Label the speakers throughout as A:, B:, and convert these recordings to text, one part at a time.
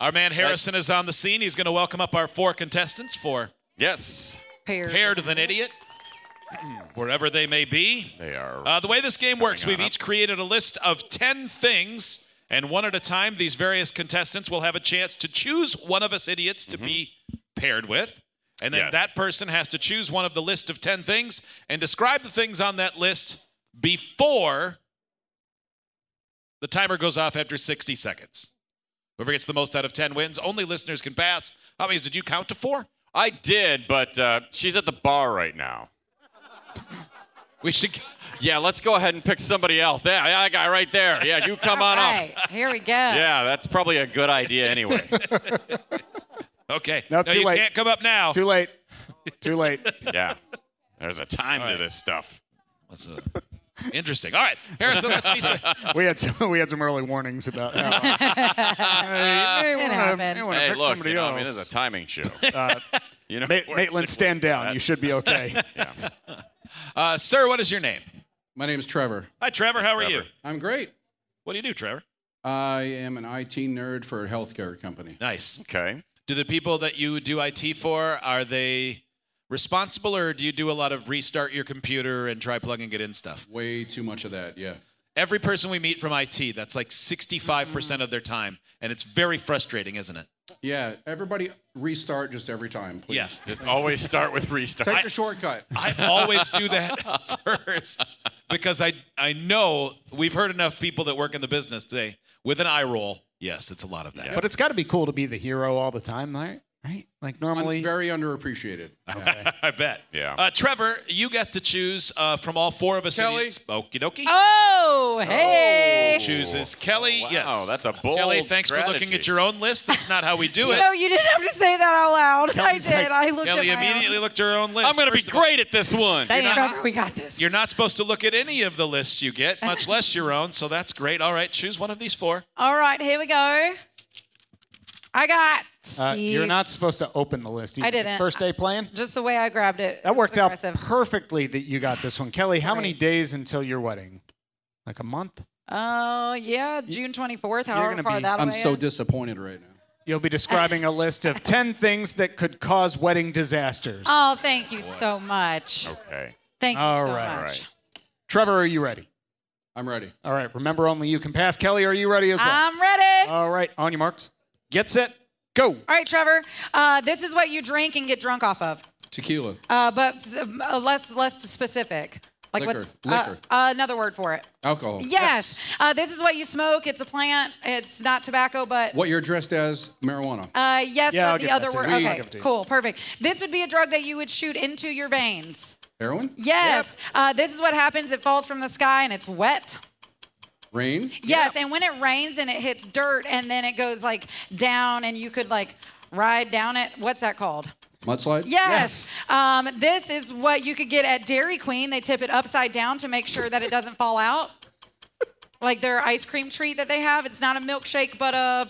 A: Our man Harrison is on the scene. He's going to welcome up our four contestants for
B: Yes,
C: Paired.
A: Paired with an Idiot, wherever they may be.
B: they are.
A: Uh, the way this game works,
B: on
A: we've
B: up.
A: each created a list of 10 things, and one at a time, these various contestants will have a chance to choose one of us idiots to be paired with. And then
B: Mm-hmm. Yes.
A: that person has to choose one of the list of 10 things and describe the things on that list before the timer goes off after 60 seconds. Whoever gets the most out of 10 wins. Only listeners can pass. How many did you count to four?
B: I did, but uh, she's at the bar right now.
A: We should.
B: Yeah, let's go ahead and pick somebody else. There, yeah, that guy right there. Yeah, you come on up.
C: Right, here we go.
B: Yeah, that's probably a good idea anyway.
A: Okay.
D: No,
A: no,
D: too
A: you
D: late.
A: can't come up now.
D: Too late. Too late.
B: yeah, there's a time
A: All right.
B: to this stuff.
A: That's uh, interesting. All right, Harrison, let's be
D: We had some, we had some early warnings about. How, hey, you
C: It
D: wanna-
C: happens.
D: you wanna
B: Hey,
D: pick
B: look,
D: somebody
B: you know, I
D: else. Uh,
B: mean, this is a timing show. you know,
D: Ma-
B: we're-
D: Maitland, stand down. You should be okay.
A: uh, sir. What is your name?
E: My name is Trevor.
A: Hi, Trevor. How are you?
B: Trevor.
E: I'm great.
A: What do you do, Trevor?
E: I am an IT nerd for a healthcare company.
A: Nice.
B: Okay.
A: Do the people that you do IT for are they responsible, or do you do a lot of restart your computer and try plugging it in stuff?
E: Way too much of that, yeah.
A: Every person we meet from IT, that's like 65% of their time, and it's very frustrating, isn't it?
E: Yeah, everybody restart just every time, please.
A: Yeah.
B: Just always start with restart.
E: Take the shortcut.
A: I always do that first because I I know we've heard enough people that work in the business today with an eye roll. Yes, it's a lot of that.
D: But it's got to be cool to be the hero all the time, right? Right? Like normally.
E: I'm very underappreciated. Yeah.
A: I bet.
B: Yeah.
A: Uh, Trevor, you get to choose uh, from all four of us.
E: Kelly.
A: idiots. Okie dokie.
C: Oh, hey.
A: Chooses Kelly.
B: Oh, Wow,
A: yes.
B: that's a bold
A: Kelly, thanks for looking
B: strategy.
A: at your own list. That's not how we do
C: You
A: it.
C: know, you didn't have to say that out loud. I did. I looked
A: Kelly
C: at my
A: immediately
C: Own.
A: looked at her own list.
B: I'm going to be
A: First of all,
B: great at this one.
C: Thank Trevor, we got this.
A: You're not supposed to look at any of the lists you get, much less your own. So that's great. All right, choose one of these four.
C: All right, here we go. I got Steve.
D: Uh, you're not supposed to open the list.
C: I didn't.
D: First day playing.
C: Just the way I grabbed it.
D: That worked
C: It's
D: out
C: aggressive.
D: perfectly that you got this one. Kelly, how many
C: Right.
D: days until your wedding? Like a month?
C: Oh, yeah, June 24th,
D: gonna
C: however far
D: be-
C: that
E: I'm
C: away
E: so
C: is.
E: disappointed right now.
D: You'll be describing a list of 10 things that could cause wedding disasters.
C: Oh, thank you so much.
B: Okay.
C: Thank you
D: Oh. All
C: so
D: right.
C: much.
D: Trevor, are you ready?
E: I'm ready.
D: All right, remember only you can pass. Kelly, are you ready as well?
C: I'm ready.
D: All right, on your marks. Get set. Go.
C: All right, Trevor. Uh, this is what you drink and get drunk off of.
E: Tequila.
C: Uh, but uh, less less specific. Like
E: Liquor.
C: what's
E: Liquor.
C: Uh, another word for it?
E: Alcohol.
C: Yes. Uh, this is what you smoke. It's a plant. It's not tobacco, but.
E: What you're dressed as, marijuana.
C: Uh, yes,
D: Yeah, I'll give
C: but the
D: that
C: other
D: to
C: word.
D: you. I'll
C: Okay,
D: give it to you.
C: cool, perfect. This would be a drug that you would shoot into your veins.
E: Heroin.
C: Yes. Uh, this is what happens. It falls from the sky and it's wet.
E: Rain.
C: Yes, and when it rains and it hits dirt and then it goes like down and you could like ride down it. What's that called?
E: Mudslide.
C: Yes. Um, this is what you could get at Dairy Queen. They tip it upside down to make sure that it doesn't fall out. Like their ice cream treat that they have. It's not a milkshake, but a.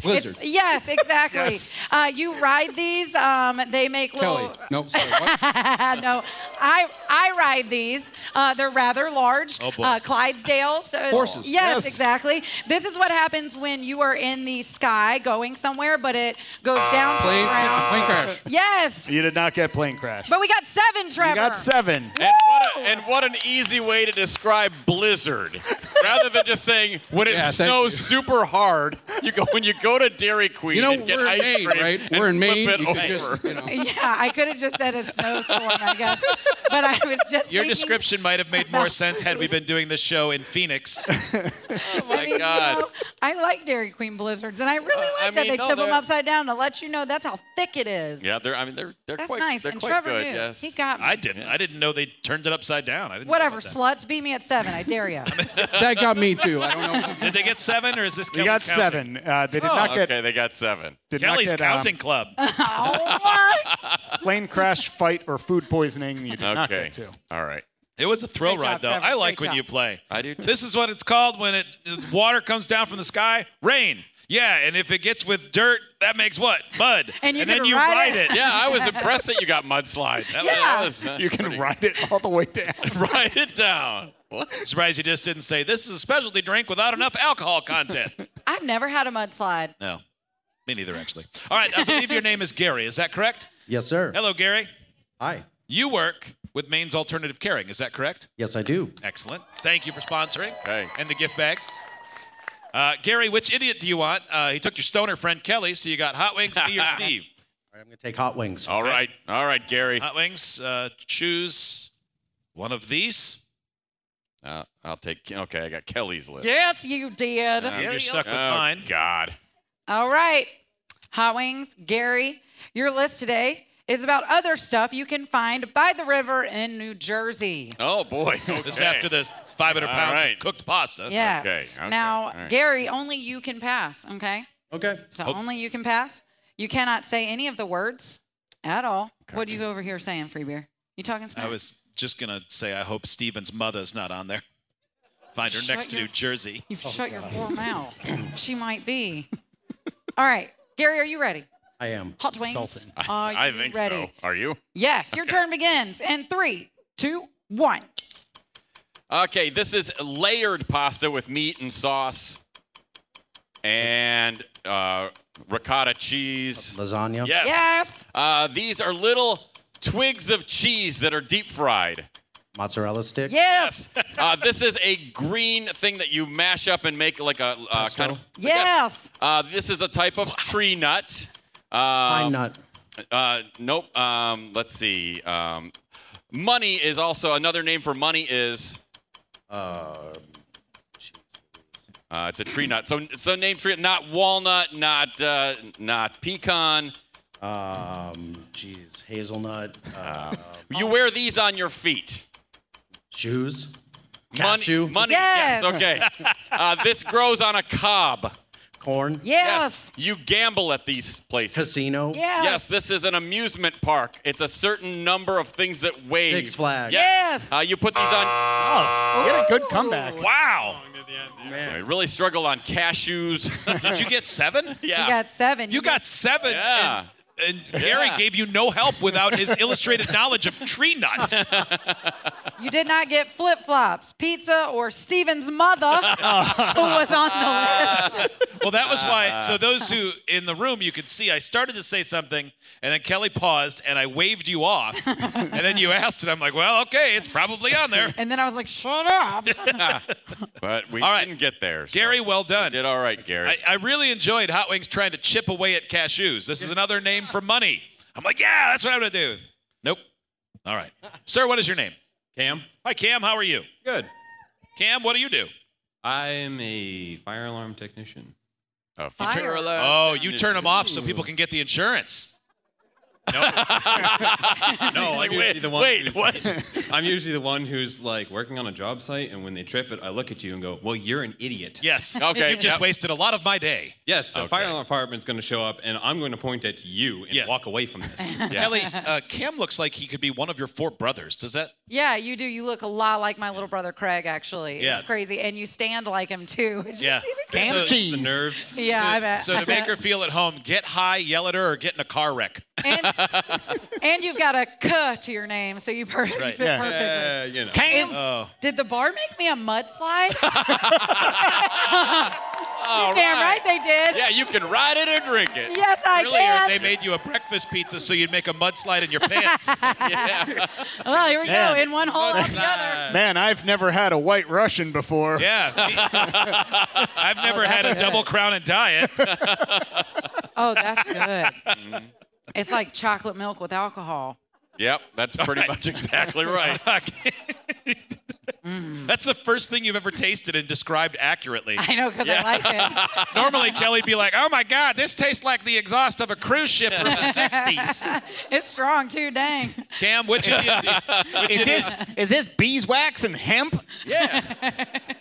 E: Blizzard.
C: It's, yes, exactly.
D: Yes.
C: Uh, you ride these. Um, they make
E: Kelly.
C: little.
E: No, sorry. What?
C: Uh, no, I I ride these. Uh, they're rather large.
A: Oh, boy.
C: Uh, Clydesdales. So it's-
E: Horses.
C: Yes,
D: Yes.
C: exactly. This is what happens when you are in the sky going somewhere, but it goes down to the
E: Plane,
C: ground.
E: plane crash.
C: Yes,
D: You did not get plane crash.
C: but we got seven, Trevor.
D: you got seven.
B: And what, a, and what an easy way to describe blizzard. Rather than just saying when it
E: Yeah, thank
B: snows
E: you.
B: super hard, you go when you go to Dairy Queen
E: You know,
B: and get
E: we're in
B: ice
E: Maine,
B: cream
E: right?
B: and
E: We're in
B: flip
E: Maine.
B: it
E: You could
B: over.
E: just, you know.
C: Yeah, I could have just said a snowstorm, I guess, but I was just
A: Your
C: thinking,
A: description might have made more sense had we been doing this show in Phoenix.
C: I mean, you
B: God.
C: know, I like Dairy Queen blizzards, and I really
B: Uh,
C: like
B: I
C: that
B: mean,
C: they
B: no,
C: tip them
B: they're-
C: upside down to let you know that's how thick it is.
B: yeah, they're I mean they're they're
C: That's
B: quite
C: nice.
B: they're
C: And
B: quite
C: Trevor
B: good,
C: knew.
B: yes.
C: He got me.
A: I didn't. I didn't know they turned it upside down. I didn't. know
C: Whatever,
A: about that.
C: sluts, beat me at seven. I dare you.
E: that got me too. I don't know.
A: Did they get seven, or is this
D: We
A: Kelly's
D: got
A: counting?
D: seven. Uh, they did not get.
B: Oh, Okay, they got seven.
D: Did
A: Kelly's
D: not get, um,
A: Counting Club.
C: Oh, what?
D: plane crash, fight, or food poisoning. You did not
B: Okay.
D: get to.
B: All right.
A: It was a thrill
C: Great
A: ride,
C: job,
A: though.
C: Trevor.
A: I like
C: Great
A: when
C: job.
A: you play.
B: I do, too.
A: This is what it's called when it water comes down from the sky, rain. Yeah, and if it gets with dirt, that makes what? Mud.
C: And you
A: then
C: can
A: you
C: ride
A: ride
C: it.
A: it.
B: Yeah, I was impressed that you got mudslide. That
C: Yeah.
B: was, that was
D: You can write it all the way down.
B: write it down. What?
A: Surprised you just didn't say this is a specialty drink without enough alcohol content.
C: I've never had a mudslide.
A: no, me neither, actually. All right, I believe your name is Gary. Is that correct?
F: Yes, sir.
A: Hello, Gary.
F: Hi.
A: You work with Maine's Alternative Caring. Is that correct?
F: Yes, I do.
A: Excellent. Thank you for sponsoring.
B: Hey.
A: And the gift bags. Uh, Gary, which idiot do you want? Uh, he took your stoner friend Kelly, so you got Hot Wings, me, or Steve.
F: All right, I'm gonna take hot wings.
B: All right. All right, Gary.
A: Hot Wings, uh, choose one of these.
B: Uh, I'll take. Okay, I got Kelly's list.
C: Yes, you did.
A: And Um, You're stuck
B: Oh,
A: with mine.
B: God.
C: All right. Hot Wings, Gary, your list today is about other stuff you can find by the river in New Jersey.
B: Oh boy.
A: This is
B: Okay.
A: after the 500
B: All
A: pounds
B: right.
A: of cooked pasta.
C: Yes.
B: okay,
C: Now,
B: all right. Oh.
C: Gary, only you can pass, okay?
F: Okay.
C: So only you can pass. You cannot say any of the words at all. What are you over here saying, Free Beer? You talking smack?
A: I was just going to say, I hope Steven's mother's not on there. Find her
C: Shut
A: next to
C: your-
A: New Jersey.
C: You've
F: Oh,
C: shut your whore mouth. she might be. All right. Gary, are you ready?
F: I am.
C: Hot wings.
F: Sultan.
C: Are
B: I
C: you
B: think
C: ready?
B: so. Are you?
C: Yes, your turn begins in three, two, one.
B: Okay, this is layered pasta with meat and sauce and uh, ricotta cheese.
F: Lasagna.
B: Yes.
C: Yes.
B: Uh, these are little twigs of cheese that are deep fried.
F: Mozzarella stick.
C: Yes.
B: Uh, this is a green thing that you mash up and make like a uh, kind of.
C: Yes. yes.
B: Uh, this is a type of tree nut. Uh,
F: Pine nut.
B: Uh, nope. Um, let's see. Um, money is also another name for money is.
F: Uh,
B: Uh, it's a tree nut. So so name tree not walnut, not uh, not pecan.
F: um. Jeez. Hazelnut. Uh,
B: You wear these on your feet.
F: shoes.
B: Money-
F: Cashew.
B: Money. Yes.
C: Yes.
B: okay. Uh, this grows on a cob.
F: Corn.
C: Yes.
B: You gamble at these places.
F: Casino.
B: Yes. This is an amusement park. It's a certain number of things that weigh.
F: Six Flags.
B: Yes.
C: Yes.
B: Uh, you put these on.
D: Oh, You had a good comeback.
A: Wow. Eh.
B: I really struggle on cashews.
A: Did you get seven?
B: yeah.
C: You got seven.
A: You got seven.
B: Yeah.
A: And, and Gary
B: Yeah.
A: gave you no help without his illustrated knowledge of tree nuts.
C: You did not get flip flops, pizza, or Steven's mother, who was on the list.
A: Well, that was why. So those who in the room, you could see I started to say something, and then Kelly paused, and I waved you off, and then you asked, and I'm like, well, okay, it's probably on there.
C: And then I was like, shut up.
B: But we
A: All right.
B: didn't get there. so-
A: Gary, well done.
B: did all right, Gary.
A: I, I really enjoyed Hot Wings trying to chip away at cashews. This is another name for money. I'm like, yeah, that's what I'm gonna do. Nope. All right, sir. What is your name?
G: Cam?
A: Hi, Cam. How are you?
G: Good.
A: Cam, what do you do?
G: I'm a fire alarm technician.
B: Oh, f-
C: Fire.
A: Oh, you turn them off so people can get the insurance.
G: No, I'm usually the one
B: wait,
G: who's-
B: what?
G: I'm usually the one who's like working on a job site, and when they trip it, I look at you and go, "Well, you're an idiot."
A: Yes.
B: Okay,
A: You've just
B: yep.
A: wasted a lot of my day.
G: Yes, the
B: Okay.
G: fire alarm department's going to show up, and I'm going to point at you and
A: Yes.
G: walk away from this.
A: Kelly, uh, Cam looks like he could be one of your four brothers. Does that?
C: Yeah, you do. You look a lot like my little brother Craig, actually.
A: Yes.
C: It's crazy. And you stand like him, too. It's just
A: Yeah.
C: even crazy.
A: So,
G: the nerves.
C: Yeah, I bet.
A: so to make her feel at home, get high, yell at her, or get in a car wreck.
C: and, and you've got a K to your name, so you, per- you
A: right.
C: fit
D: Yeah.
C: perfectly.
G: Uh, you know.
C: Is-
A: Oh.
C: Did the bar make me a mudslide? You're damn right. they did.
B: yeah, you can ride it or drink it.
C: Yes, I
A: Earlier,
C: can.
A: they made you a breakfast pizza so you'd make a mudslide in your pants.
C: well, here we
D: Yeah.
C: go. In one hole, out the other.
D: Man, I've never had a white Russian before.
A: Yeah. I've never had a
C: that's
A: double
C: good.
A: crown and diet.
C: Oh, that's good.
A: Mm-hmm.
C: it's like chocolate milk with alcohol.
B: Yep, that's pretty much exactly right.
A: That's the first thing you've ever tasted and described accurately.
C: Mm. I know because I like it.
A: Normally, Kelly'd be like, "Oh my God, this tastes like the exhaust of a cruise ship from the '60s."
C: It's strong too, dang.
A: Cam, which idiot? Do, which
H: Is
A: idiot
H: this is this beeswax and hemp?
A: Yeah.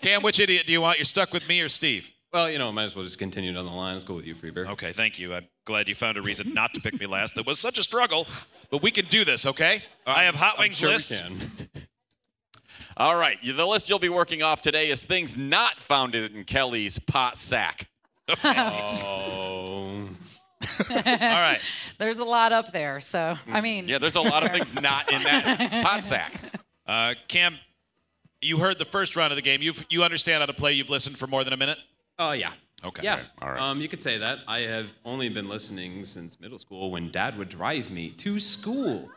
A: Cam, which idiot do you want? You're stuck with me or Steve?
G: Well, you know, might as well just continue down the line. It's cool with you, Freebird.
A: Okay, thank you. I'm glad you found a reason not to pick me last. That was such a struggle, but we can do this, okay? I have hot wings
G: Sure we
A: list.
G: can.
B: All right, you- the list you'll be working off today is things not found in Kelly's pot sack.
G: Oh.
A: All right.
C: There's a lot up there, so
A: Mm,
C: I mean,
B: Yeah, there's a lot of things not in that pot sack.
A: Uh, Cam, you heard the first round of the game. You have you understand how to play. You've listened for more than a minute.
G: Oh yeah.
A: Okay.
G: Yeah.
B: All right.
G: Um, you could say that. I have only been listening since middle school when dad would drive me to school.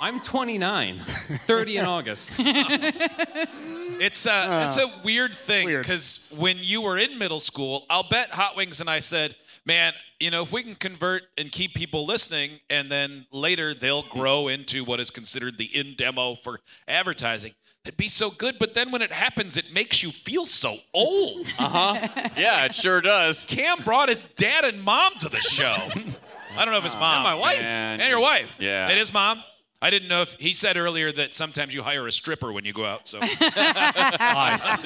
G: I'm 29, 30 in August.
A: It's a it's a weird thing because when you were in middle school, I'll bet Hot Wings and I said, "Man, you know, if we can convert and keep people listening, and then later they'll grow into what is considered the in demo for advertising." That'd be so good, but then when it happens, it makes you feel so old.
B: Yeah, it sure does.
A: Cam brought his dad and mom to the show. I don't know if it's mom.
B: my wife.
A: And,
B: And-
A: your wife.
B: Yeah.
A: It is mom. I didn't know if he said earlier that sometimes you hire a stripper when you go out, so
D: Do you have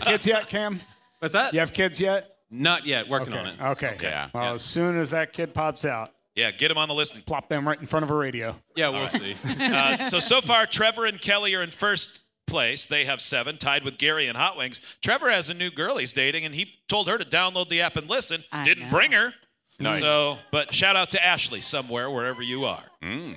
D: kids yet, Cam?
G: What's that?
D: You have kids yet?
G: Not yet. Working on it.
D: Okay. Okay.
B: Yeah.
D: Well, as soon as that kid pops out,
A: yeah, get him on the list and
D: plop them right in front of a radio.
G: Yeah, we'll see.
A: Uh, so so far, Trevor and Kelly are in first place. They have seven, tied with Gary and Hot Wings. Trevor has a new girl he's dating, and he told her to download the app and listen.
C: I
A: Didn't
C: know.
A: bring her.
B: Nice.
A: So, but shout out to Ashley somewhere, wherever you are.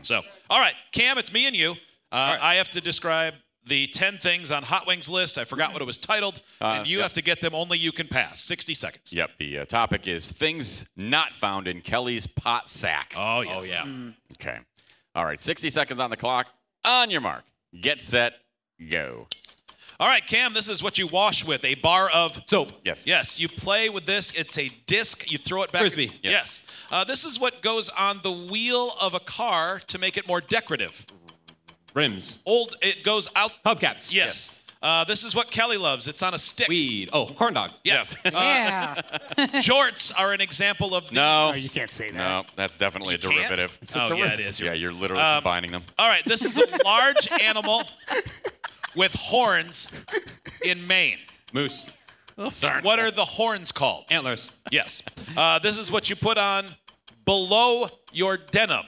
A: So, all right, Cam, it's me and you. Uh, I have to describe the 10 things on Hot Wings list. I forgot what it was titled, and you have to get them. Only you can pass. 60 seconds.
B: Yep, the uh, topic is things not found in Kelly's pot sack.
A: Oh, yeah. Oh, yeah.
C: Mm.
B: Okay. All right, 60 seconds on the clock. On your mark. Get set, go.
A: All right, Cam, this is what you wash with a bar of
G: Soap.
B: Yes.
A: Yes, you play with this. It's a disc. You throw it back.
G: Frisbee.
A: Yes.
B: Yes.
A: Uh, this is what goes on the wheel of a car to make it more decorative.
G: Rims.
A: Old. It goes out.
G: Hubcaps.
A: Yes. Uh, this is what Kelly loves. It's on a stick.
G: Weed. Oh, corn dog.
A: Yes.
C: yeah.
A: Jorts are an example of the.
B: No.
D: You can't say that.
B: No, that's definitely a
A: can't?
B: derivative.
A: oh yeah, it is.
B: Yeah, you're literally
A: Um,
B: combining them.
A: All right. This is a large animal with horns in Maine.
G: Moose.
A: What are the horns called?
G: Antlers.
A: Yes. Uh, this is what you put on below your denim,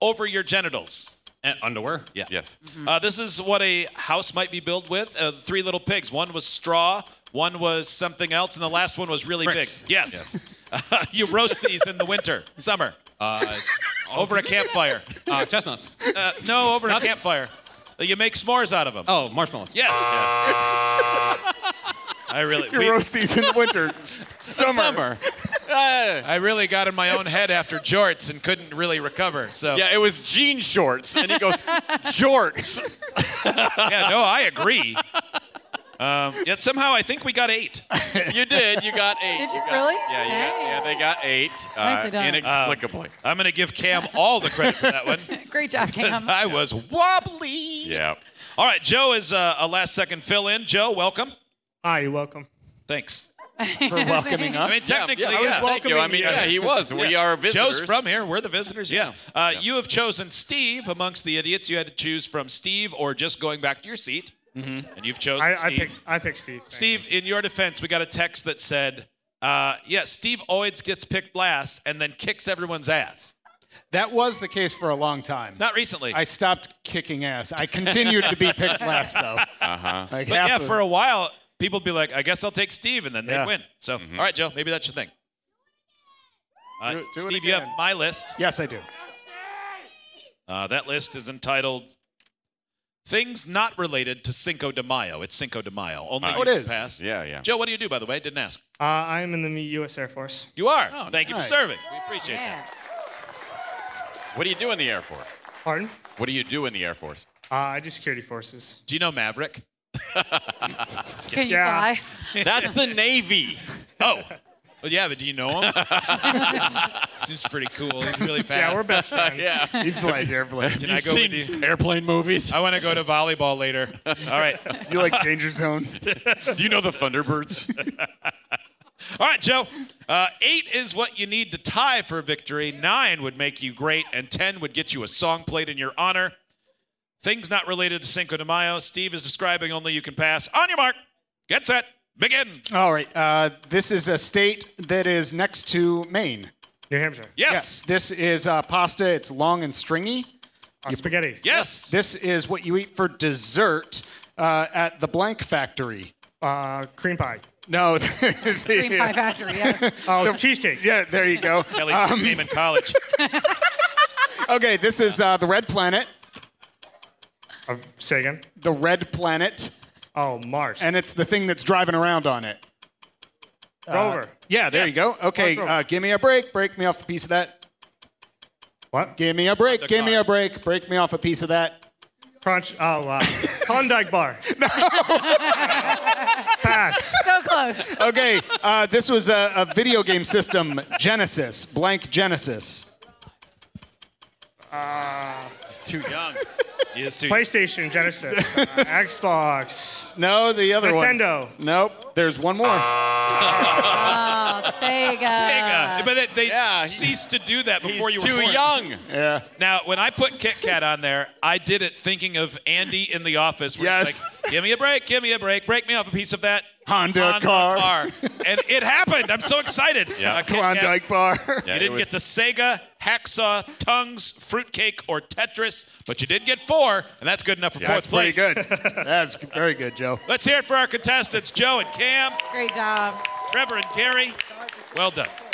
A: over your genitals.
G: Eh, underwear.
A: Yeah.
B: Yes.
A: Uh, this is what a house might be built with. Uh, three little pigs. One was straw. One was something else, and the last one was really
G: Bricks.
A: big. Yes. you roast these in the winter, summer,
G: Uh,
A: over a campfire.
G: uh, chestnuts.
A: Uh, no, over a
G: Nuts?
A: campfire. Uh, You make s'mores out of them.
G: Oh, marshmallows.
A: Yes. I really,
D: You
A: we-
D: roast these in the winter, s- summer.
B: Summer. Uh,
A: I really got in my own head after jorts and couldn't really recover. So
B: yeah, it was jean shorts, and he goes, jorts.
A: yeah, no, I agree. Um, yet somehow I think we got eight.
B: You did. You got eight.
C: Did you
B: got-
C: really?
B: Yeah, you got-
C: Dang.
B: yeah, they got eight. uh,
C: Nicely done.
B: Inexplicably.
A: I'm going to give Cam all the credit for that one
C: Great job,
A: 'cause
C: Cam.
A: I was wobbly.
B: yeah.
A: All right, Joe is uh, a last second fill in. Joe, welcome.
I: Hi, Ah, you're welcome. Thanks.
D: For welcoming us.
A: I mean, technically,
B: I
A: yeah.
B: was Thank you. I
I: welcoming
B: mean,
I: you.
B: yeah, he was. We are visitors.
A: Joe's from here. We're the visitors. Yeah. Uh, You have chosen Steve amongst the idiots. You had to choose from Steve or just going back to your seat. And you've chosen
I: I, I
A: Steve.
I: picked I picked Steve. thank you.
A: Steve, in your defense, we got a text that said, uh, yeah, Steve always gets picked last and then kicks everyone's ass.
D: That was the case for a long time.
A: Not recently.
D: I stopped kicking ass. I continued to be picked last, though. Uh-huh. Like
A: But
D: half
A: yeah,
D: of-
A: for a while, people be like, I guess I'll take Steve, and then they
D: Yeah.
A: win. So,
B: Mm-hmm.
A: all right, Joe, maybe that's your thing. Uh,
D: Do it- do it
A: Steve, you have
D: again.
A: my list.
D: Yes, I do.
A: Uh, that list is entitled Things Not Related to Cinco de Mayo. It's Cinco de Mayo. Only
D: Oh,
A: you
D: it
A: can
D: is.
A: pass.
B: Yeah, yeah.
A: Joe, what do you do, by the way? I didn't ask.
I: Uh, I'm in the U.S. Air Force.
A: You are.
B: Oh,
A: Thank you for
D: nice.
A: serving. We appreciate
C: Yeah.
B: What do you do in the Air Force?
I: Pardon?
B: What do you do in the Air Force?
I: Uh, I do security forces.
A: that. Do you know Maverick?
C: Can you
I: Yeah.
C: fly?
B: That's the Navy.
A: Oh, Well, yeah, but do you know him? Seems pretty cool. He's really fast.
I: Yeah, we're best friends.
A: yeah.
I: He flies airplanes.
A: Can I
I: You've
A: go
I: seen
A: with you? airplane movies? I want to go to volleyball later. All right.
D: You like Danger Zone?
A: do you know the Thunderbirds? All right, Joe. Uh, eight is what you need to tie for victory. Nine would make you great, and ten would get you a song played in your honor. Things not related to Cinco de Mayo. Steve is describing only you can pass. On your mark, get set, begin.
D: All right. Uh, this is a state that is next to Maine.
I: New Hampshire.
A: Yes.
D: this is uh, pasta. It's long and stringy.
I: Uh, spaghetti.
A: Yes.
D: This is what you eat for dessert uh, at the Blank Factory.
I: Uh, cream pie.
D: No.
C: Cream pie factory. Yes.
I: Oh, cheesecake.
D: Yeah, there you go.
A: Kelly
D: Um,
A: came in college.
D: okay, this is uh, the Red Planet.
I: Uh, say again.
D: The Red Planet,
I: Oh, Mars.
D: and it's the thing that's driving around on it.
I: Rover.
D: Yeah, there you go. Okay,
I: What's
D: uh, give me a break. Break me off a piece of that.
I: What?
D: Give me a break. Give me
A: car.
D: a break. Break me off a piece of that.
I: Crunch. Oh, wow. Klondike bar. No. Pass.
C: So close.
D: Okay, uh, this was a, a video game system, Genesis, blank Genesis.
A: He's too young. He is too
I: PlayStation, Genesis, uh, Xbox,
D: No, the other one.
I: Nintendo. Ah,
D: Nope. There's one more.
C: Sega.
A: Sega. But they, they
B: Uh, Yeah, he-
A: ceased to do that
B: He's
A: before you
B: too
A: were born.
B: young.
D: Yeah.
A: Now, when I put Kit Kat on there, I did it thinking of Andy in the office. Where he's
D: Yes.
A: like, give me a break, give me a break, break me off a piece of that
D: Honda car."
A: And it happened. I'm so excited.
B: Yeah.
A: Uh, Kit Kat,
D: Klondike bar.
A: you didn't
B: it
A: get to Sega, Hacksaw, Tongues, Fruitcake, or Tetris, but you did get four, and that's good enough for
D: That's
A: fourth
D: pretty
A: place.
D: good. That's very good, Joe.
A: Let's hear it for our contestants, Joe and Cam,
C: Great job.
A: Trevor and Gary. Well done.